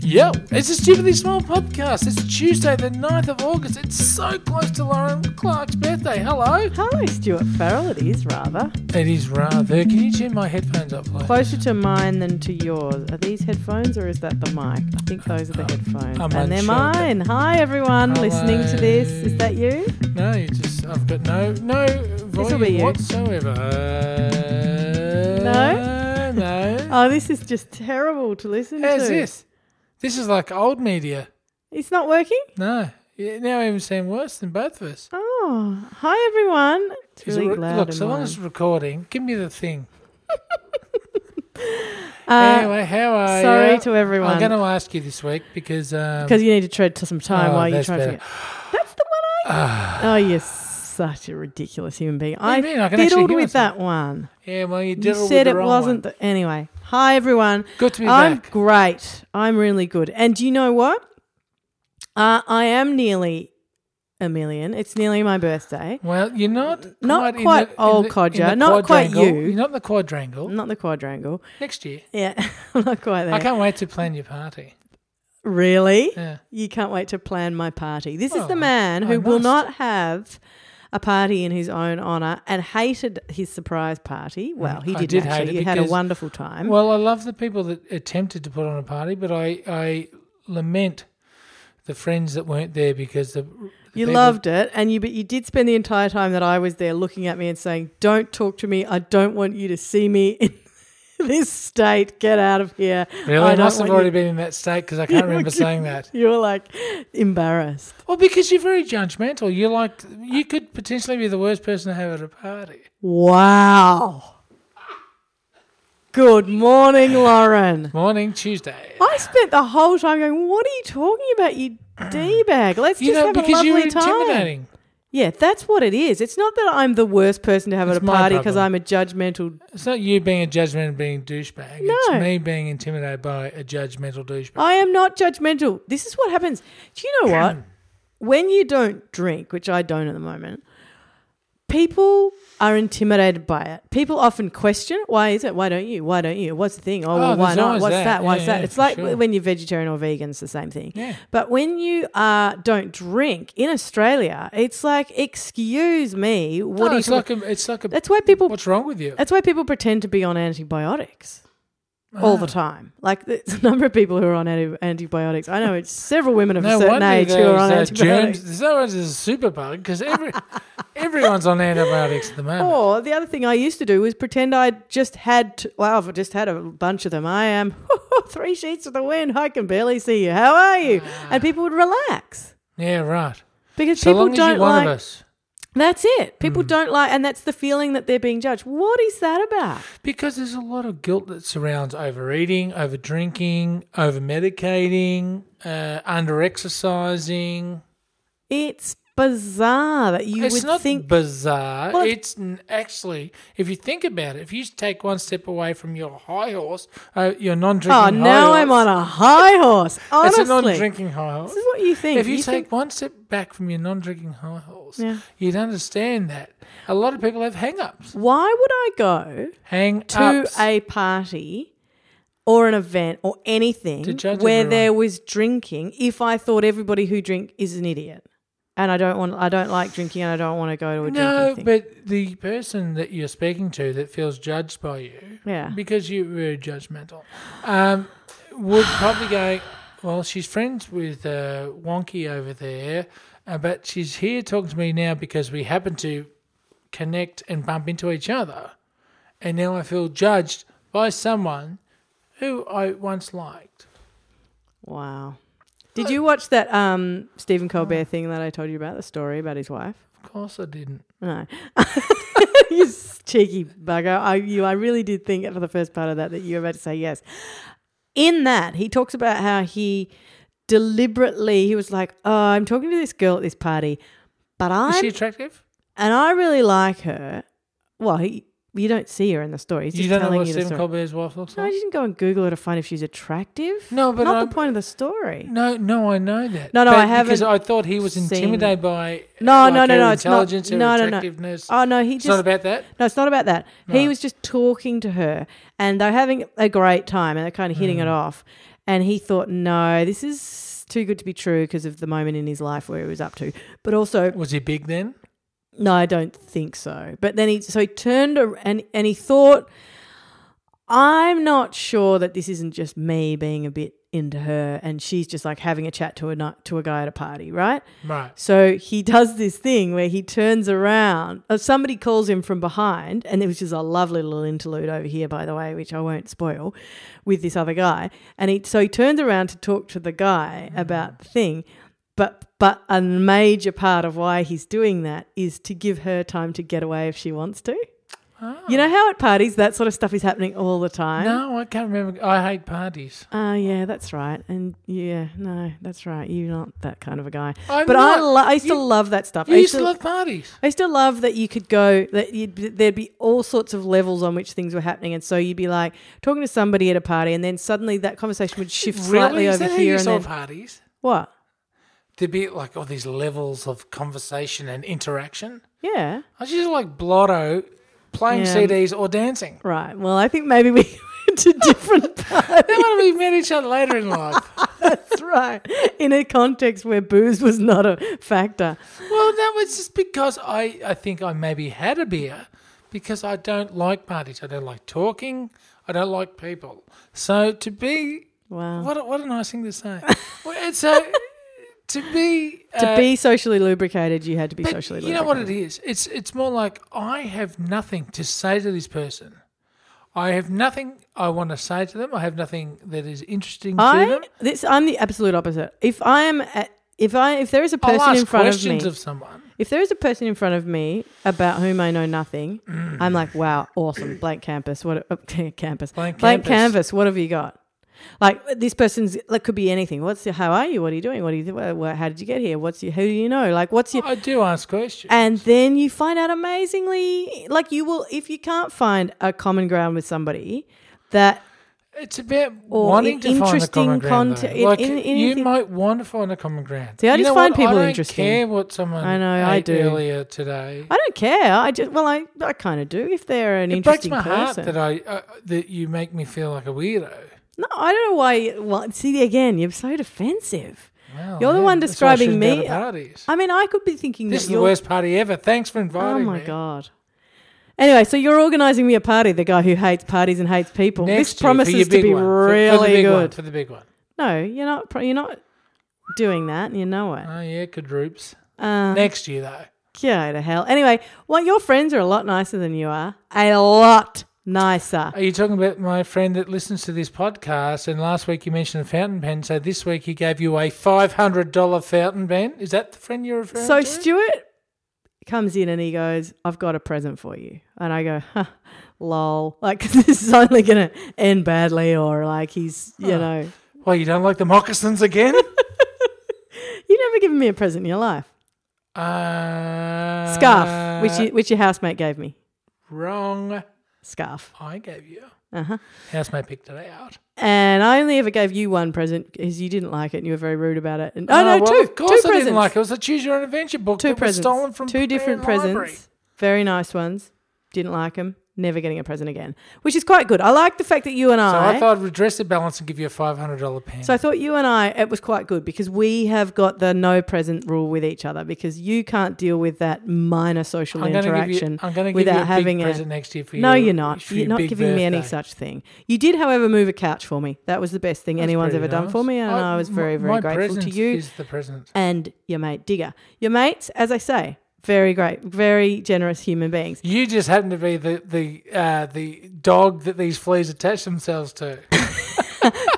Yep, it's a stupidly small podcast. It's Tuesday, the 9th of August. It's so close to Lauren Clark's birthday. Hello. Hello, Stuart Farrell. It is rather It is rather. Can you tune my headphones up, please? closer to mine than to yours. Are these headphones or is that the mic? I think those are the headphones, I'm and they're unsure, but- mine. Hi, everyone Hello. listening to this. Is that you? No, you just. I've got no no volume be you. whatsoever. No? No. Oh, this is just terrible to listen How's to. this? This is like old media. It's not working. No. Yeah, Now I even sound worse than both of us. Oh, hi, everyone. It's Is it really re- loud. look, in so long mine. as it's recording, give me the thing. Uh, anyway, how are sorry ya? to everyone. I'm going to ask you this week because um, because you need to tread to some time Oh, while you that's try to better. figure. That's the one ah, I. oh, you're such a ridiculous human being. I do you mean? I can actually fiddled hear with myself. that one. yeah, well, you, You diddled with said the it wrong wasn't. One. The, anyway, hi everyone. Good to be I'm back. great. I'm really good. And do you know what? Uh, I am nearly a million. It's nearly my birthday. Well, you're not quite, Not in quite the- in old the- in codger, the not quite quadrangle. you. You're not in the quadrangle Not the quadrangle. next year. Yeah, I'm not quite there. I can't wait to plan your party. Really? Yeah. You can't wait to plan my party. This is Well, the man I who will must. not have a party in his own honor and hated his surprise party. Well, he Mm, I didn't did hate actually. it he had a because- wonderful time. Well, I love the people that attempted to put on a party, but I, I lament the friends that weren't there because the you people- loved it, and you but you did spend the entire time that I was there looking at me and saying, "Don't talk to me. I don't want you to see me in this state. Get out of here." Really, I don't must have want already you-" been in that state because I can't remember saying that. You were like embarrassed. Well, because you're very judgmental. You like you could potentially be the worst person to have at a party. Wow. Good morning, Lauren. Morning Tuesday. I spent the whole time going, "What are you talking about, you d bag? Let's You just know, have a because lovely you were time." intimidating. Yeah, that's what it is. It's not that I'm the worst person to have It's at a my party because problem. I'm a judgmental. It's not you being a judgmental being a douchebag. No. Oh, It's me being intimidated by a judgmental douchebag. I am not judgmental. This is what happens. Do you know what? when you don't drink, which I don't at the moment, people are intimidated by it. People often question, "Why is it? Why don't you? Why don't you? What's the thing? Oh, Oh, well, why there's not? always What's that. that? Why's Yeah, that?" yeah, it's for like sure. when you're vegetarian or vegan, it's the same thing. Yeah. But when you uh, don't drink in Australia, it's like, "Excuse me, what What do no, you?" it's like a, it's like a, that's why people what's wrong with you? that's why people pretend to be on antibiotics all Ah. the time. Like there's a number of people who are on anti- antibiotics. I know it's several women of a No certain wonder age who are there's on uh, antibiotics. germs. There's no one's a superbug because every everyone's on antibiotics at the moment. Or the other thing I used to do was pretend I just had, t- well, I've just had a bunch of them. I am three sheets of the wind. I can barely see you. How are you? And people would relax Yeah, right. because Ah. So people long as don't you're one like. of us. Mm. That's it. People don't like, and that's the feeling that they're being judged. What is that about? Because there's a lot of guilt that surrounds overeating, over drinking, over medicating, uh, under exercising. It's bizarre that you It's would not think. bizarre. Well, it's- it's n- actually, if you think about it, if you just take one step away from your high horse, uh, your non-drinking. Oh, high now horse, I'm on a high horse. It's Honestly, a non-drinking high horse. this is what you think. If you, take think- one step back from your non-drinking high horse, Yeah. you'd understand that a lot of people have hang-ups. why would I go Hang to a party or an event or anything To judge where everyone. there was drinking if I thought everybody who drink is an idiot. And I don't want I don't like drinking and I don't want to go to a No, drinking thing. but the person that you're speaking to that feels judged by you, Yeah. because you were judgmental, um, would probably go, well, she's friends with uh, Wonky over there, uh, but she's here talking to me now because we happen to connect and bump into each other, and now I feel judged by someone who I once liked. Wow. Did you watch that um, Stephen Colbert thing that I told you about, the story about his wife? Of course, I didn't. No. you cheeky bugger. I you I really did think for the first part of that that you were about to say yes. In that, he talks about how he deliberately he was like, "Oh, I'm talking to this girl at this party, but Is I she attractive? and I really like her." Well, he you don't see her in the story. He's you just don't know telling what you the Stephen story. Colbert's wife looks No, I like. didn't go and Google her to find if she's attractive. No, but not I'm- the point of the story. No, no, I know that. No, no, But I haven't Because I thought he was seen- intimidated by No, no, like, no, her no. It's not. intelligence, her No, no, no. attractiveness. Oh no, he it's just not about that. No, it's not about that. He No. was just talking to her and they're having a great time and they're kind of hitting it off. And he thought, no, this is too good to be true because of the moment in his life where he was up to. But also, Was he big then? no, I don't think so. But then he, so he turned ar- and, and he thought, I'm not sure that this isn't just me being a bit into her and she's just like having a chat to a, nu- to a guy at a party, right? Right. So he does this thing where he turns around. Uh, Somebody calls him from behind, and it was just a lovely little interlude over here, by the way, which I won't spoil, with this other guy. And he so he turns around to talk to the guy Mm. about the thing. But but a major part of why he's doing that is to give her time to get away if she wants to. You know how at parties that sort of stuff is happening all the time. Ah. No, I can't remember. I hate parties. Oh yeah, that's right. And yeah, no, that's right. You're not that kind of a guy. I'm but I, not. lo- I used to You- love that stuff. You I used to love parties. I used to love that you could go that you'd, there'd be all sorts of levels on which things were happening, and so you'd be like talking to somebody at a party, and then suddenly that conversation would shift really? slightly Is over that how here, you and saw then parties? what? There'd be like all these levels of conversation and interaction. Yeah, I just like blotto, playing Yeah. CDs or dancing. right. Well, I think maybe we went to different Then parties, when we met each other later in life, right? In a context where booze was not a factor. well, that was just because I, I think I maybe had a beer because I don't like parties. I don't like talking. I don't like people. So to be Wow. what a, what a nice thing to say. well, and so to be To uh, be socially lubricated, you had to be But socially you lubricated. know what it is? It's it's more like I have nothing to say to this person. I have nothing I want to say to them. I have nothing that is interesting to I them. this I'm the absolute opposite. If I am at, if I if there is a I'll person ask in front of me, questions of, someone. If there is a person in front of me about whom I know nothing, I'm like, wow, awesome, blank canvas. What a, campus, Blank blank canvas. canvas. What have you got? Like this person's that could be anything. What's your, how are you? What are you doing? What do you? wha- wha- How did you get here? What's your? Who do you know? Like what's your? I do ask questions. And then you find out amazingly, like you will if you can't find a common ground with somebody that it's about Or wanting in- to find a common interesting ground. content- though. in- like in- you anything- might want to find a common ground. See, I You just know find what? people I don't interesting. Care what someone I know, I ate do. earlier today. I don't care. I just well, I I kind of do if they're an it breaks interesting my heart person. that I uh, that you make me feel like a weirdo. no, I don't know why. Well, see again, you're so defensive. Well, You're the yeah, one that's why I describing shouldn't go to me. Parties. I mean, I could be thinking This that is the you're- worst party ever. Thanks for Oh inviting me. my god. Anyway, so you're organising me a party. The guy who hates parties and hates people. Next this year, for your promises to big be one, for- really for, the big One, good. for the big one. No, you're not. pro- You're not doing that. and You know it. Oh yeah, Kadroops. Uh, Next year though. go to hell. Anyway, well, your friends are a lot nicer than you are. A lot nicer. Are you talking about my friend that listens to this podcast? And last week you mentioned a fountain pen, so this week he gave you a five hundred dollar fountain pen. Is that the friend you're referring So to? Stuart comes in and he goes, "I've got a present for you," and I go, huh, "Lol!" Like this is only gonna end badly, or like he's, you Huh. know, well, you don't like the moccasins again? you never given me a present in your life. uh, Scarf, which you, which your housemate gave me. wrong. Scarf. I gave you. Uh-huh. Housemate picked it out. And I only ever gave you one present because you didn't like it and you were very rude about it. And, oh, Oh, no, well, two. Of course, two I presents. didn't like it. It was a choose your own adventure book. Two that presents. was stolen from two different Marion presents. Library. Very nice ones. Didn't like them. Never getting a present again, which is quite good. I like the fact that you and So I thought I'd redress the balance and give you a five hundred dollar pen. So I thought you and I, it was quite good because we have got the no present rule with each other because you can't deal with that minor social I'm going to give interaction you. I'm going to give you without a big having a. present next year for you. no, you're not. for You're your not big giving me any birthday. such thing. You did, however, move a couch for me. That was the best thing That's anyone's ever pretty done for nice. me, and I, was m- very, very my grateful to present you Is the present? and your mate Digger. Your mates, as I say, very great, very generous human beings. You just happen to be the the uh, the dog that these fleas attach themselves to.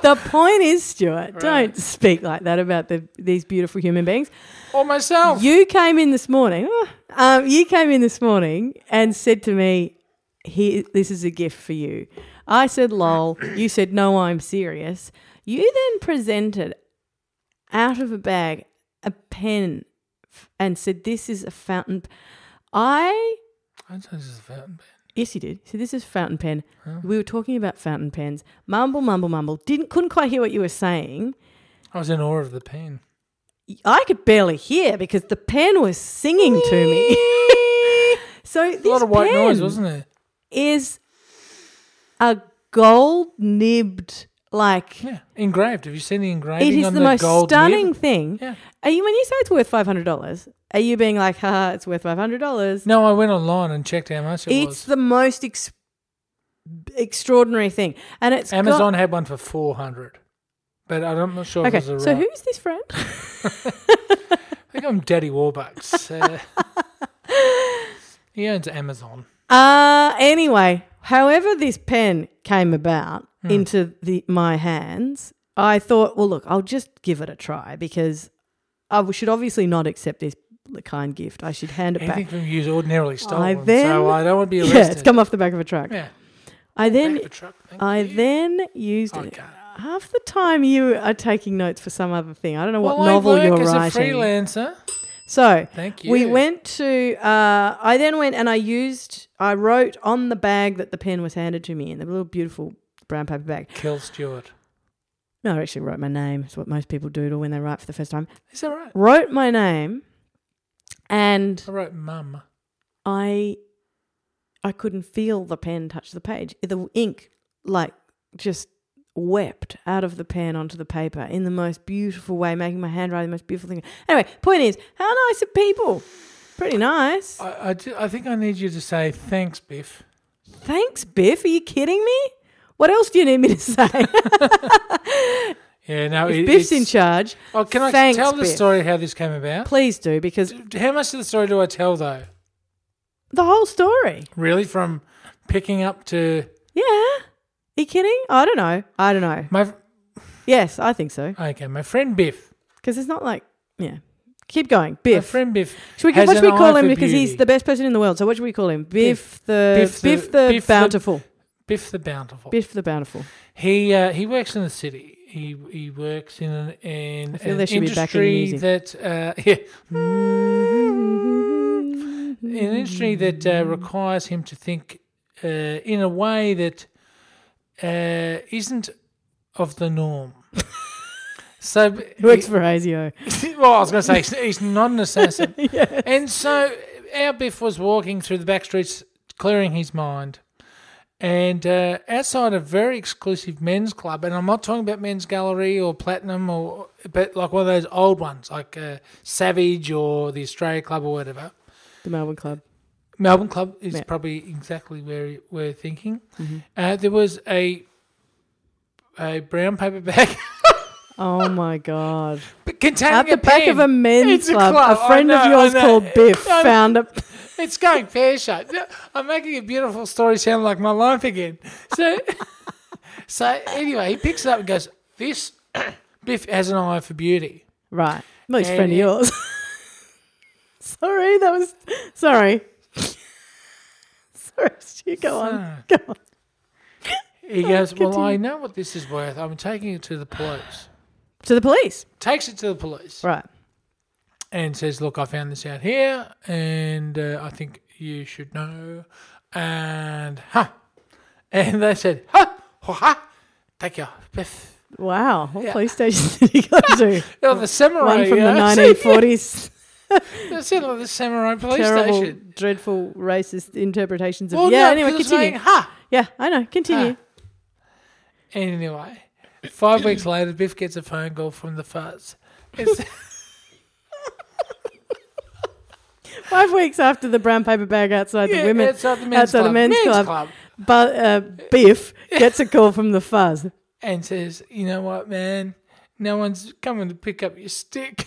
the point is, Stuart, don't speak like that about the, these beautiful human beings. or myself. You came in this morning. Um, you came in this morning and said to me, "Here, this is a gift for you." I said, "Lol." You said, "No, I'm serious." You then presented out of a bag a pen f- and said, "This is a fountain." p-" I I don't know, this is a fountain pen. Yes, he did. So this is fountain pen. We were talking about fountain pens. Mumble, mumble, mumble. Didn't couldn't quite hear what you were saying. I was in awe of the pen. I could barely hear because the pen was singing to me. so this A lot of white pen noise, wasn't there? is a gold nibbed like Yeah, engraved. Have you seen the engraving? it is the, on most gold nib? stunning thing. Yeah. Are you when you say it's worth five hundred dollars? Are you being like, haha, it's worth five hundred dollars? No, I went online and checked how much it It's was. the most ex- extraordinary thing, and it's got- Amazon had one for four hundred, but I don't- I'm not sure okay, if it was a so right. who's this friend? I think I'm Daddy Warbucks. Uh, he owns Amazon. Uh anyway, however this pen came about Hmm. into the my hands, I thought, well look, I'll just give it a try because I should obviously not accept this kind gift. I should hand it Anything back. from you is ordinarily stolen, then- so I don't want to be arrested. Yeah, it's come off the back of a truck. Yeah, I then back of a truck. thank I you. Oh, then used it. Okay. Half the time you are taking notes for some other thing. I don't know what Well, I novel work you're as writing. a freelancer. So Thank you. we went to. Uh, I then went and I used. I wrote on the bag that the pen was handed to me in the little beautiful brown paper bag. Kill Stewart. No, I actually wrote my name. It's what most people doodle when they write for the first time. Is that right? Wrote my name, and I wrote mum. I, I couldn't feel the pen touch the page. The ink, like, just wept out of the pen onto the paper in the most beautiful way, making my handwriting the most beautiful thing. Anyway, point is, how nice are people? Pretty nice. I, I, ju- I think I need you to say thanks, Biff. Thanks, Biff. Are you kidding me? What else do you need me to say? Yeah, no, it, if Biff's in it's- charge, Oh, can I Thanks, tell the Biff. story how this came about? please do because How much of the story do I tell though? the whole story. Really, from picking up to Yeah. Are you kidding? I don't know. I don't know. my Yes, I think so. okay, my friend Biff. Because it's not like, yeah. Keep going. My Biff. friend Biff. Should we, has what should we an eye call him? for Because he's beauty. the best person in the world. So what should we call him? Biff the Biff Biff the- the, Biff the- bountiful. Biff the Bountiful. Biff the bountiful. He uh, he works in the city. He he works in an, in feel an there should be backing industry that uh, yeah, an industry that uh, requires him to think uh, in a way that uh, isn't of the norm. so Works for ASIO. well, I was going to say he's, he's not an assassin. And so our Biff was walking through the back streets, clearing his mind. And uh, outside a very exclusive men's club, and I'm not talking about men's gallery or platinum, or but like one of those old ones, like uh, Savage or the Australia Club or whatever. The Melbourne Club. Melbourne Club is Yeah. Mm-hmm. probably exactly where we're thinking. Uh, there was a a brown paper bag Oh my God. containing At a the back pen. of a men's It's a club, a, club. I friend know, I of yours know. called Biff I know. found a It's going pear shaped. I'm making a beautiful story sound like my life again. So, so anyway, he picks it up and goes, "This Biff has an eye for beauty." Right. Well, he's a And- friend of yours. sorry, that was sorry. sorry, Stu, go on. Go on. He goes, "Well, continue. I know what this is worth. I'm taking it to the police." To the police. Takes it to the police Right. and says, "Look, I found this out here, and uh, I think you should know." And ha, and they said, "Ha, ho, ha, take your Biff." Wow. What Yeah. police station did he go to? Oh, the samurai. One from yeah. the nineteen forties. That's it, like the samurai police Terrible, station. dreadful racist interpretations of Well, Yeah, no, Ah. anyway, because it's continue. like, ha. Yeah, I know. Continue. Anyway, five weeks later, Biff gets a phone call from the fuzz. It's, Five weeks after the brown paper bag outside yeah, the women outside the men's outside the club, men's club. but uh, Biff gets a call from the fuzz. and says, "You know what, man? No one's coming to pick up your stick."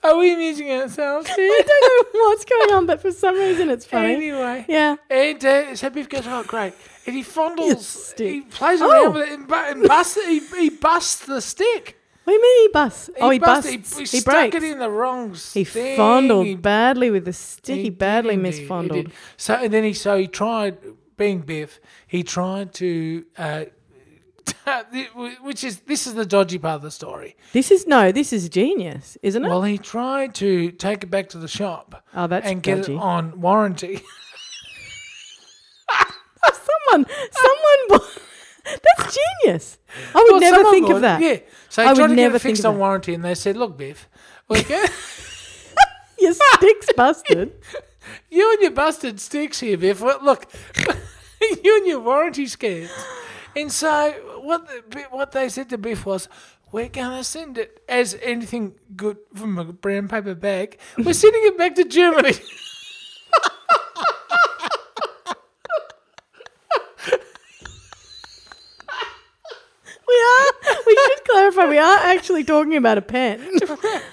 Are we amusing ourselves I here? don't know what's going on, but for some reason it's funny. Anyway, Yeah. and uh, so Biff goes, "Oh, great!" And he His fondles, stick. he plays Oh. around with it and, bu- and busts, he, he busts the stick. What do you mean he busts? oh, he bust- busts. He, He, he stuck breaks. it in the wrong he thing. fondled He- badly with the stick. He, did badly indeed. He misfondled. did. So and then he so he tried being Biff. He tried to uh, which is this is the dodgy part of the story. This is no, this is genius, isn't it? Well, he tried to take it back to the shop oh, that's and get dodgy. it on warranty. someone, someone. bought- that's genius. I would Well, never someone think would, of that. Yeah. So I he would tried to get never it think fixed of on that. warranty, and they said, "Look, Biff, we can- Your stick's busted. you and your busted sticks here, Biff. Well, look, you and your warranty scams." And so what the, what they said to Biff was, "We're gonna send it as anything good from a brown paper bag. We're sending it back to Germany." We are. We should clarify. We are actually talking about a pen.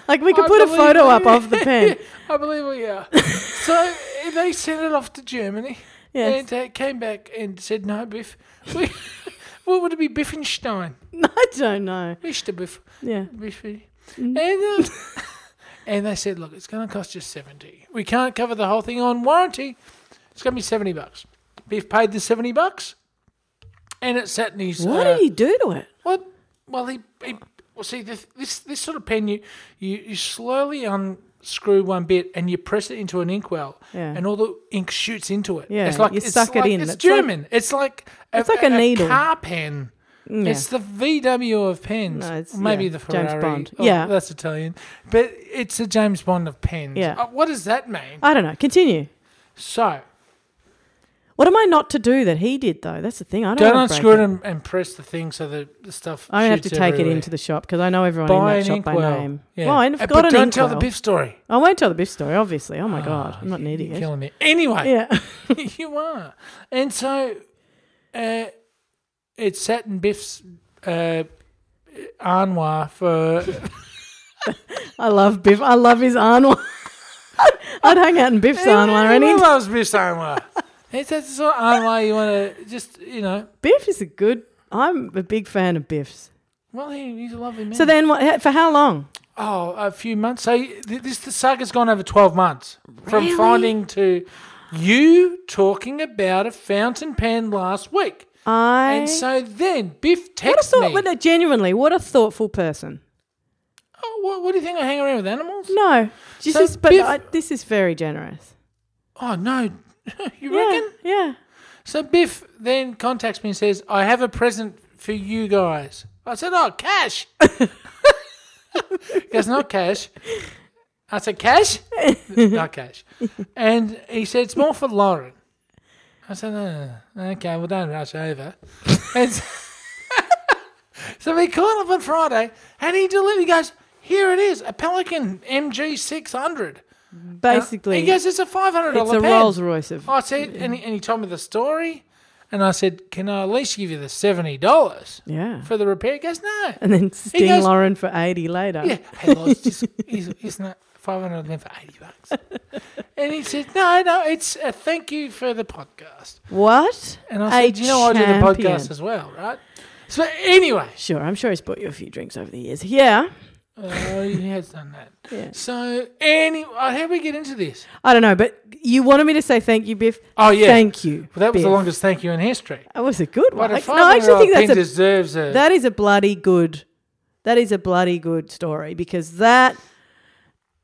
Like we could I put a believe photo we- up of the pen. I believe we are. so they sent it off to Germany. Yes. And uh, came back and said, no, Biff. We, what would it be? Biffenstein. I don't know. Mr. Biff. Yeah. Biffy. And, um, and they said, look, it's going to cost you 70. We can't cover the whole thing on warranty. It's going to be 70 bucks. Biff paid the 70 bucks. And it sat in his... What uh, did he do to it? what? Well, he, he well see this, this this sort of pen you you, you slowly unscrew one bit and you press it into an inkwell, Yeah. and all the ink shoots into it. Yeah, it's like you it's suck it like- in. It's, It's like- German. it's like a, It's like a needle. Mm, car pen. Yeah. It's the VW of pens. No, it's- Or maybe yeah, the Ferrari. James Bond. Oh, Yeah. that's Italian, but it's a James Bond of pens. Yeah. Uh, what does that mean? I don't know. Continue. So What am I not to do that he did though? That's the thing. I don't. don't wanna break unscrew it it. and, and press the thing so the, the stuff. I don't have to shoots take everywhere. it into the shop because I know everyone Buy in that an shop by inkwell. name. Yeah. Well, I've Uh, got but an don't tell inkwell. the Biff story. I won't tell the Biff story, obviously. Oh my god, I'm not an You're idiot. killing me. Anyway, Yeah. you are. And so uh, it sat in Biff's uh, armoire for. I love Biff. I love his Arnold. I'd hang out in Biff's Arnois or Everyone anything. loves Biff's armoire. It's that sort of armoire you want to just, you know. Biff is a good. I'm a big fan of Biff's. Well, he, he's a lovely man. So then, what, for how long? oh, a few months. So th- this the saga's gone over twelve months from finding to you talking about a fountain pen last week, I and so then Biff Eh? what a texts thought, me. well, no, genuinely, what a thoughtful person. Oh, what, what do you think? I hang around with animals? No, this So is, but Biff- I, this is very generous. Oh no, you Yeah, reckon? yeah. So Biff then contacts me and says, "I have a present for you guys." I said, "Oh, cash." he goes, "Not cash." I said, "Cash, not cash." And he said, "It's more for Lauren." I said, "Oh, "Okay, well, don't rush over." And so, so we called up on Friday, and he delivered. He goes, "Here it is, a Pelican MG 600." Uh, Basically, he goes, "It's a five hundred it's dollar a Rolls Royce of. I said, and he, and he told me the story, and I said, "Can I at least give you the seventy dollars Yeah. for the repair?" He goes, "No." And then Sting goes- Lauren for 80 later. Yeah, hey, Lodge, just is- isn't that five hundred for eighty bucks? and he said, "No, no, it's a thank you for the podcast." What? And I A said, "You know, I do the champion. podcast as well, right?" So anyway, Sure, I'm sure he's bought you a few drinks over the years. Yeah. uh, he has done that. Yeah. So anyway, how do we get into this? I don't know, but you wanted me to say thank you, Biff. Oh yeah, Thank you. well, that was the Biff. longest thank you in history. That was a good But one. a Like, no, I actually five-year-old think pen that's a, deserves a that is a bloody good. That is a bloody good story because that.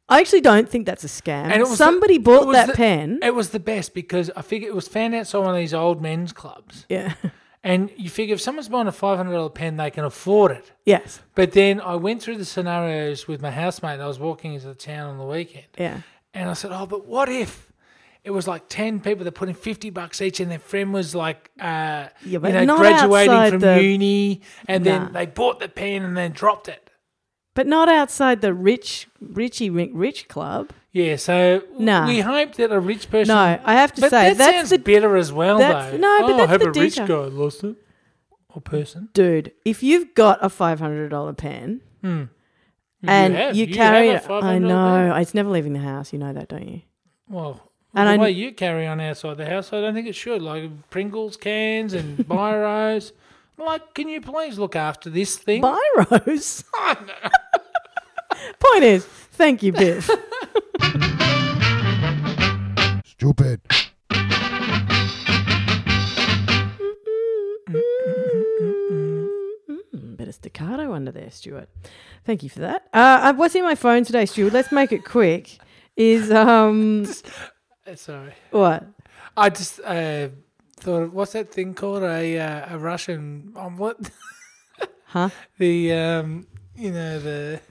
I actually don't think that's a scam. And it was the- Somebody it bought was that the- pen. It was the best because I figure it was found outside one of these old men's clubs. yeah. And you figure if someone's buying a five hundred dollar pen, they can afford it. yes. But then I went through the scenarios with my housemate. I was walking into the town on the weekend, Yeah. and I said, "Oh, but what if it was like ten people that put in fifty bucks each, and their friend was like, uh, you but know, not graduating outside from the- uni, and Nah. then they bought the pen and then dropped it." But not outside the rich, richy, rich, rich club. Yeah, so w- Nah. we hope that a rich person. No, I have to But say that that's sounds the bitter as well, that's- though. no, but oh, that's I hope the a rich detail. guy lost it or person. dude. If you've got a five hundred dollar pen and you, have. You carry have a it, I $500 know it's never leaving the house. You know that, don't you? Well, And the I- way you carry on outside the house, I don't think it should. Like Pringles cans and biros. Like, can you please look after this thing? Byros. I know. Point is, thank you, Biff. Stupid. the Mm, staccato under there, Stuart. Thank you for that. Uh, what's in my phone today, Stuart? Let's make it quick. Is um Uh, Sorry. what? I just uh, thought, what's that thing called? A uh, a Russian um, what? Huh? The um, you know the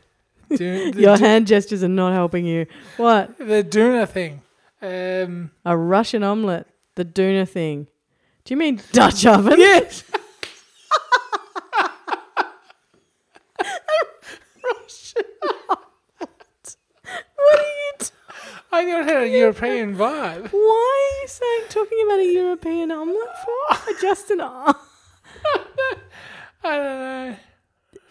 do, the, Your do- hand gestures are not helping you. What? the Duna thing. Um, A Russian omelette. The Duna thing. Do you mean Dutch oven? yes. What are you t- I got had a European vibe. Why are you saying talking about a European omelette for? Just an I don't know.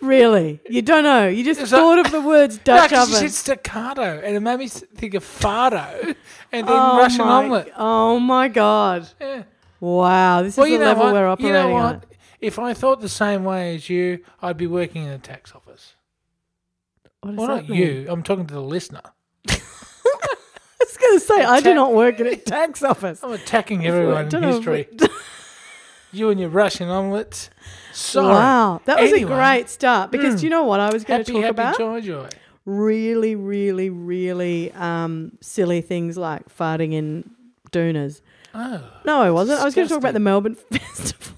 Really? You don't know. You just It's thought of the words Dutch no, 'cause oven. you said staccato, and it made me s- think of fardo, and then Oh Russian my- omelette. Oh my god. Yeah. Wow, this Well, is you the know level what? we're operating you know what? on. If I thought the same way as you, I'd be working in a tax office. What does Well, that not mean? you. I'm talking to the listener. I was going to say, I do tax- not work in a tax office. I'm attacking everyone in Don't know if history. we- You and your Russian omelette. Sorry. Wow, that was Anyway, Hmm. a great start because do you know what I was going to Happy, talk happy, about? joy, joy. really, really, really um, silly things like farting in dunas. Oh, No, I wasn't. I was going to talk Disgusting. about the Melbourne Festival.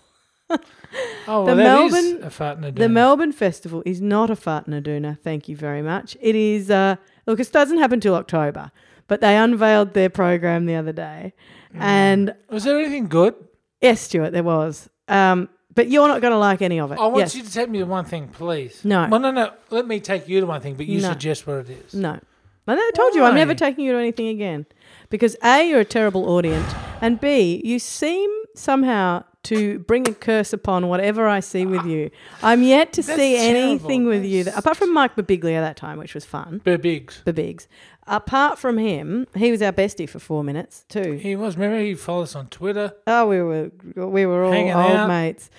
oh, The well, that is Melbourne- a fart in a The donut. Melbourne Festival is not a fart in a doona. Thank you very much. It is, uh, look, it doesn't happen till October, but they unveiled their program the other day. Hmm. And Was there anything good? yes, Stuart, there was. Um, but you're not going to like any of it. I want yes. you to take me to one thing, please. No. Well, no, no. Let me take you to one thing, but you No. suggest what it is. No. I never told you I'm never Why? taking you to anything again. Because A, you're a terrible audience, and B, you seem somehow to bring a curse upon whatever I see with you. I'm yet to That's see terrible. anything with you, that, That's- apart from Mike Babiglia that time, which was fun, But Biggs. Babigs. Apart from him, he was our bestie for four minutes too. He was. Remember, he followed us on Twitter. Oh, we were we were all Hanging old out. mates,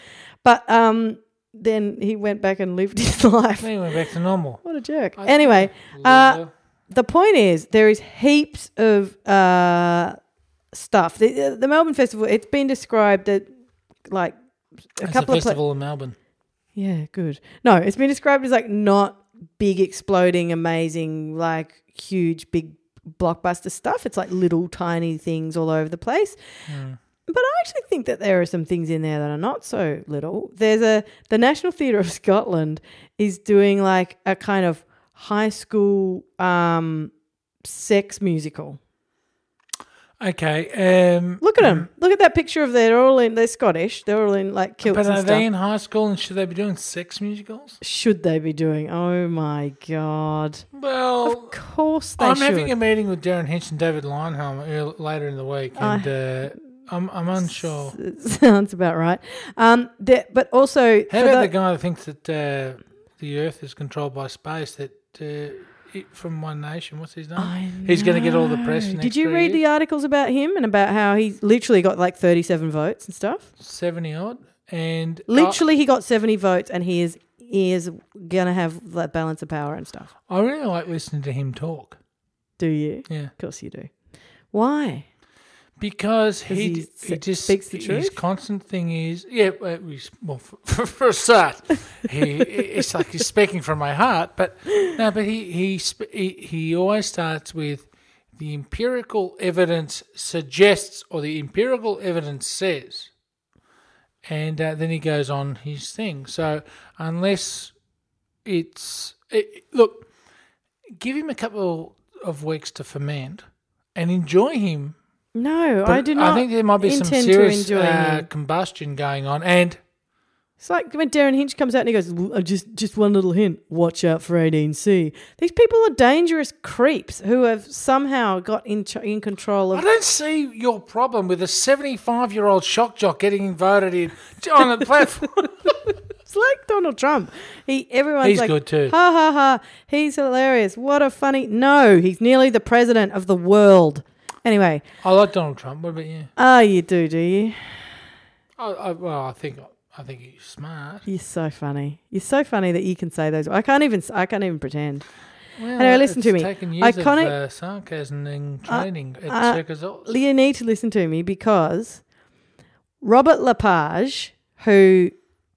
but um, then he went back and lived his life. Then he went back to normal. What a jerk! I- Anyway, uh, Loser. the point is there is heaps of uh, stuff. The, the Melbourne Festival. It's been described that like a That's couple the of pla- festival in Melbourne. yeah, good. No, it's been described as like not big, exploding, amazing, like huge, big blockbuster stuff. It's like little tiny things all over the place. Hmm. But I actually think that there are some things in there that are not so little. There's a the National Theatre of Scotland is doing like a kind of high school um sex musical. Okay. Um, Look at them. Look at that picture of they're all in they're Scottish. They're all in like kilts but and are stuff. they in high school and should they be doing sex musicals? should they be doing? Oh my god. Well, Of course they Oh, I'm should. having a meeting with Darren Hinch and David Lionhelm ear- later in the week, and uh, I'm I'm unsure. It Sounds about right. Um, there, but also, How for about the- the guy that thinks that uh, the Earth is controlled by space? That uh, it- from One Nation. What's his name? I He's going to get all the press. know. For the Did you read the articles about him and about how he literally got like thirty-seven votes and stuff? the seventy odd? And I- Literally, he got seventy votes, and he is he is gonna have that balance of power and stuff. I, really like listening to him talk. Do you? Yeah, Of course you do. Why? because he he d- s- he just speaks the His truth? constant thing is yeah. Well, we s- well for, for, for a start, he it's like he's speaking from my heart, but no, but he he sp- he, he always starts with. The empirical evidence suggests, or the empirical evidence says, and uh, then he goes on his thing. So unless it's it, look, give him a couple of weeks to ferment and enjoy him. No, I But do not. I think there might be some intend serious to enjoy uh, him. combustion going on, and It's like when Darren Hinch comes out and he goes, "Well, uh, just just one little hint, watch out for 18C. These people are dangerous creeps who have somehow got in, ch- in control I of. don't see your problem with a seventy-five-year-old shock jock getting voted in on a platform. It's like Donald Trump. He Everyone's He's like, good too. ha ha ha, he's hilarious. What a funny. No, he's nearly the president of the world. Anyway, I like Donald Trump. What about you? ah, you do, do you? I, I, well, I think I think he's smart. You're so funny. You're so funny that you can say those. I can't even. I can't even pretend. Well, Anyway, listen it's to me. Taken years Iconic- of, uh, sarcasm and training at uh, Circus Oz. you need to listen to me because Robert Lepage, who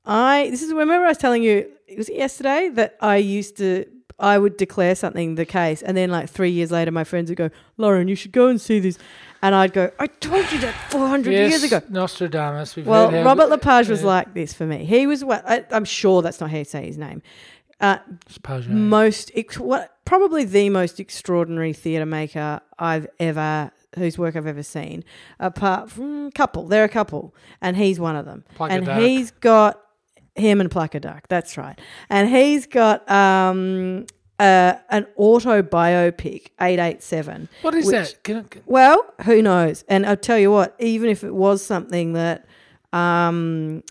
I this is remember I was telling you it was yesterday that I used to I would declare something the case, and then like three years later, my friends would go, "Lauren, you should go and see this," and I'd go, "I told you that four hundred years ago." Nostradamus. We've Well, heard how- Robert Lepage was yeah, like this for me. He was what I, I'm sure that's not how you say his name. Uh, it's Peugeot. most ex- what probably the most extraordinary theatre maker I've ever whose work I've ever seen. Apart from a couple, they're a couple, and he's one of them. and Placodac. he's got him and Placodac. That's right. And he's got um uh, an auto biopic eight eight seven. What is which- that? Can, can, Well, who knows? And I'll tell you what, even if it was something that um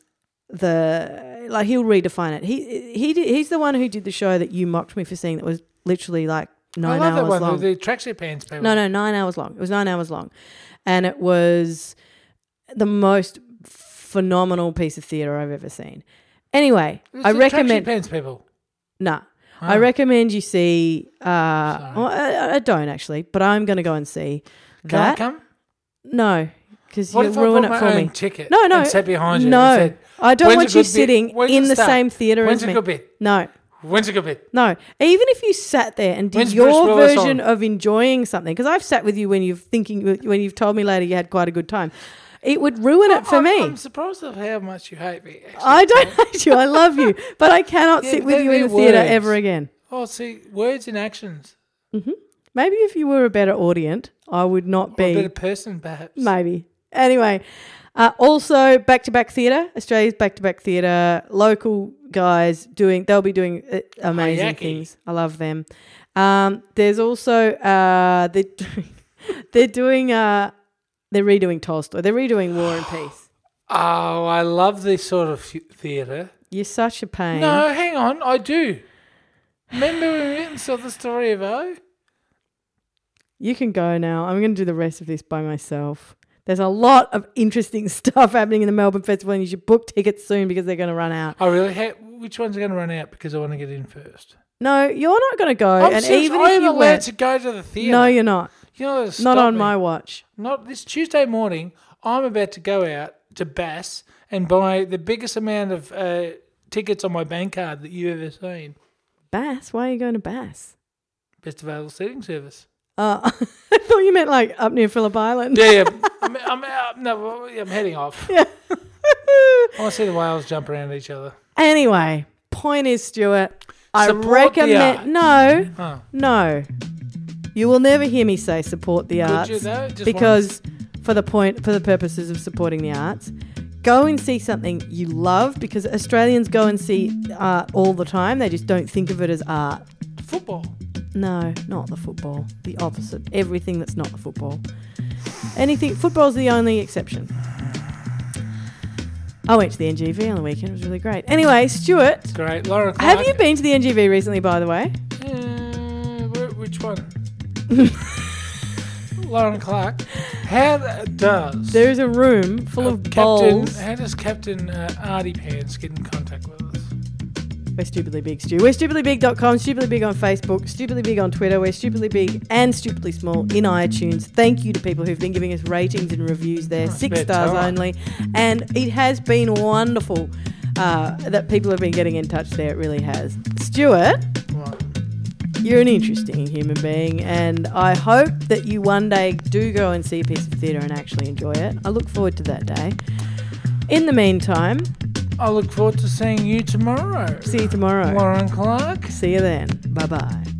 the like he'll redefine it. He he did, he's the one who did the show that you mocked me for seeing that was literally like I nine love that hours one. long. The, the tracksuit pants people. No, no, nine hours long. It was nine hours long. And it was the most phenomenal piece of theatre I've ever seen. Anyway, It's I the recommend. tracksuit pants people. Nah. I recommend you see. Uh, well, I, I don't actually, but I'm going to go and see Can I that. come? No, because What you if I ruin bought it my for own me. ticket No, no, and sat behind you and No, said, I don't "When's want a you good bit? sitting When's in it the start? same theatre When's as a me. good bit? No, When's a good bit? no. Even if you sat there and did When's your Bruce Willis version on? of enjoying something, because I've sat with you when you've thinking when you've told me later you had quite a good time, it would ruin it for I'm, me. Oh, I'm surprised of how much you hate me. Actually. I don't hate you. I love you, but I cannot Yeah, sit they're- with you in they're the theatre words. ever again. Oh, see, words and actions. Maybe if you were a better audience, I would not Or a be. better person, perhaps. Maybe. Anyway, uh, also back to back theatre, Australia's back to back theatre, local guys doing, they'll be doing uh, Oh, amazing Hayaki. things. I love them. Um, there's also, uh, they're doing, they're doing, uh, they're redoing Tolstoy, they're redoing War and Peace. Oh, I love this sort of theatre. You're such a pain. No, hang on, I do. Remember when we saw the story of O? You can go now. I'm going to do the rest of this by myself. There's a lot of interesting stuff happening in the Melbourne Festival, and you should book tickets soon because they're going to run out. Oh, really? How, which one's going to run out because I want to get in first? No, you're not going to go. I'm Oh, and serious, even I if am you allowed went, to go to the theatre. No, you're not. You're not, gonna stop Not on me. my watch. Not this Tuesday morning. I'm about to go out to Bass and buy the biggest amount of uh, tickets on my bank card that you've ever seen. Bass? Why are you going to Bass? Best available seating service. Uh, I thought you meant like up near Phillip Island. Yeah, yeah. I'm, I'm out. No, I'm heading off. I want to see the whales jump around each other. anyway, point is, Stuart, I Support the arts. recommend. No, Huh. no. You will never hear me say support the Could arts you though? Just once? because, for the point, for the purposes of supporting the arts, go and see something you love because Australians go and see art all the time. They just don't think of it as art. football. No, not the football. The opposite. Everything that's not the football. Anything. Football's the only exception. I went to the NGV on the weekend. It was really great. Anyway, Stuart, Great, Laura. Clark. have you been to the NGV recently, by the way? Uh, wh- which one? Lauren Clark. How th- does There is a room full of Captain? bowls. How does Captain uh, Artie Pants get in contact with us? We're stupidly big, Stu. We're stupidlybig.com, stupidly big on Facebook, stupidly big on Twitter. We're stupidly big and stupidly small in iTunes. Thank you to people who've been giving us ratings and reviews there, Nice six bit, stars alright. only, and it has been wonderful uh, that people have been getting in touch there. It really has. Stuart, Right. you're an interesting human being, and I hope that you one day do go and see a piece of theatre and actually enjoy it. I look forward to that day. In the meantime, I look forward to seeing you tomorrow, see you tomorrow. Lauren Clark. See you then. Bye bye.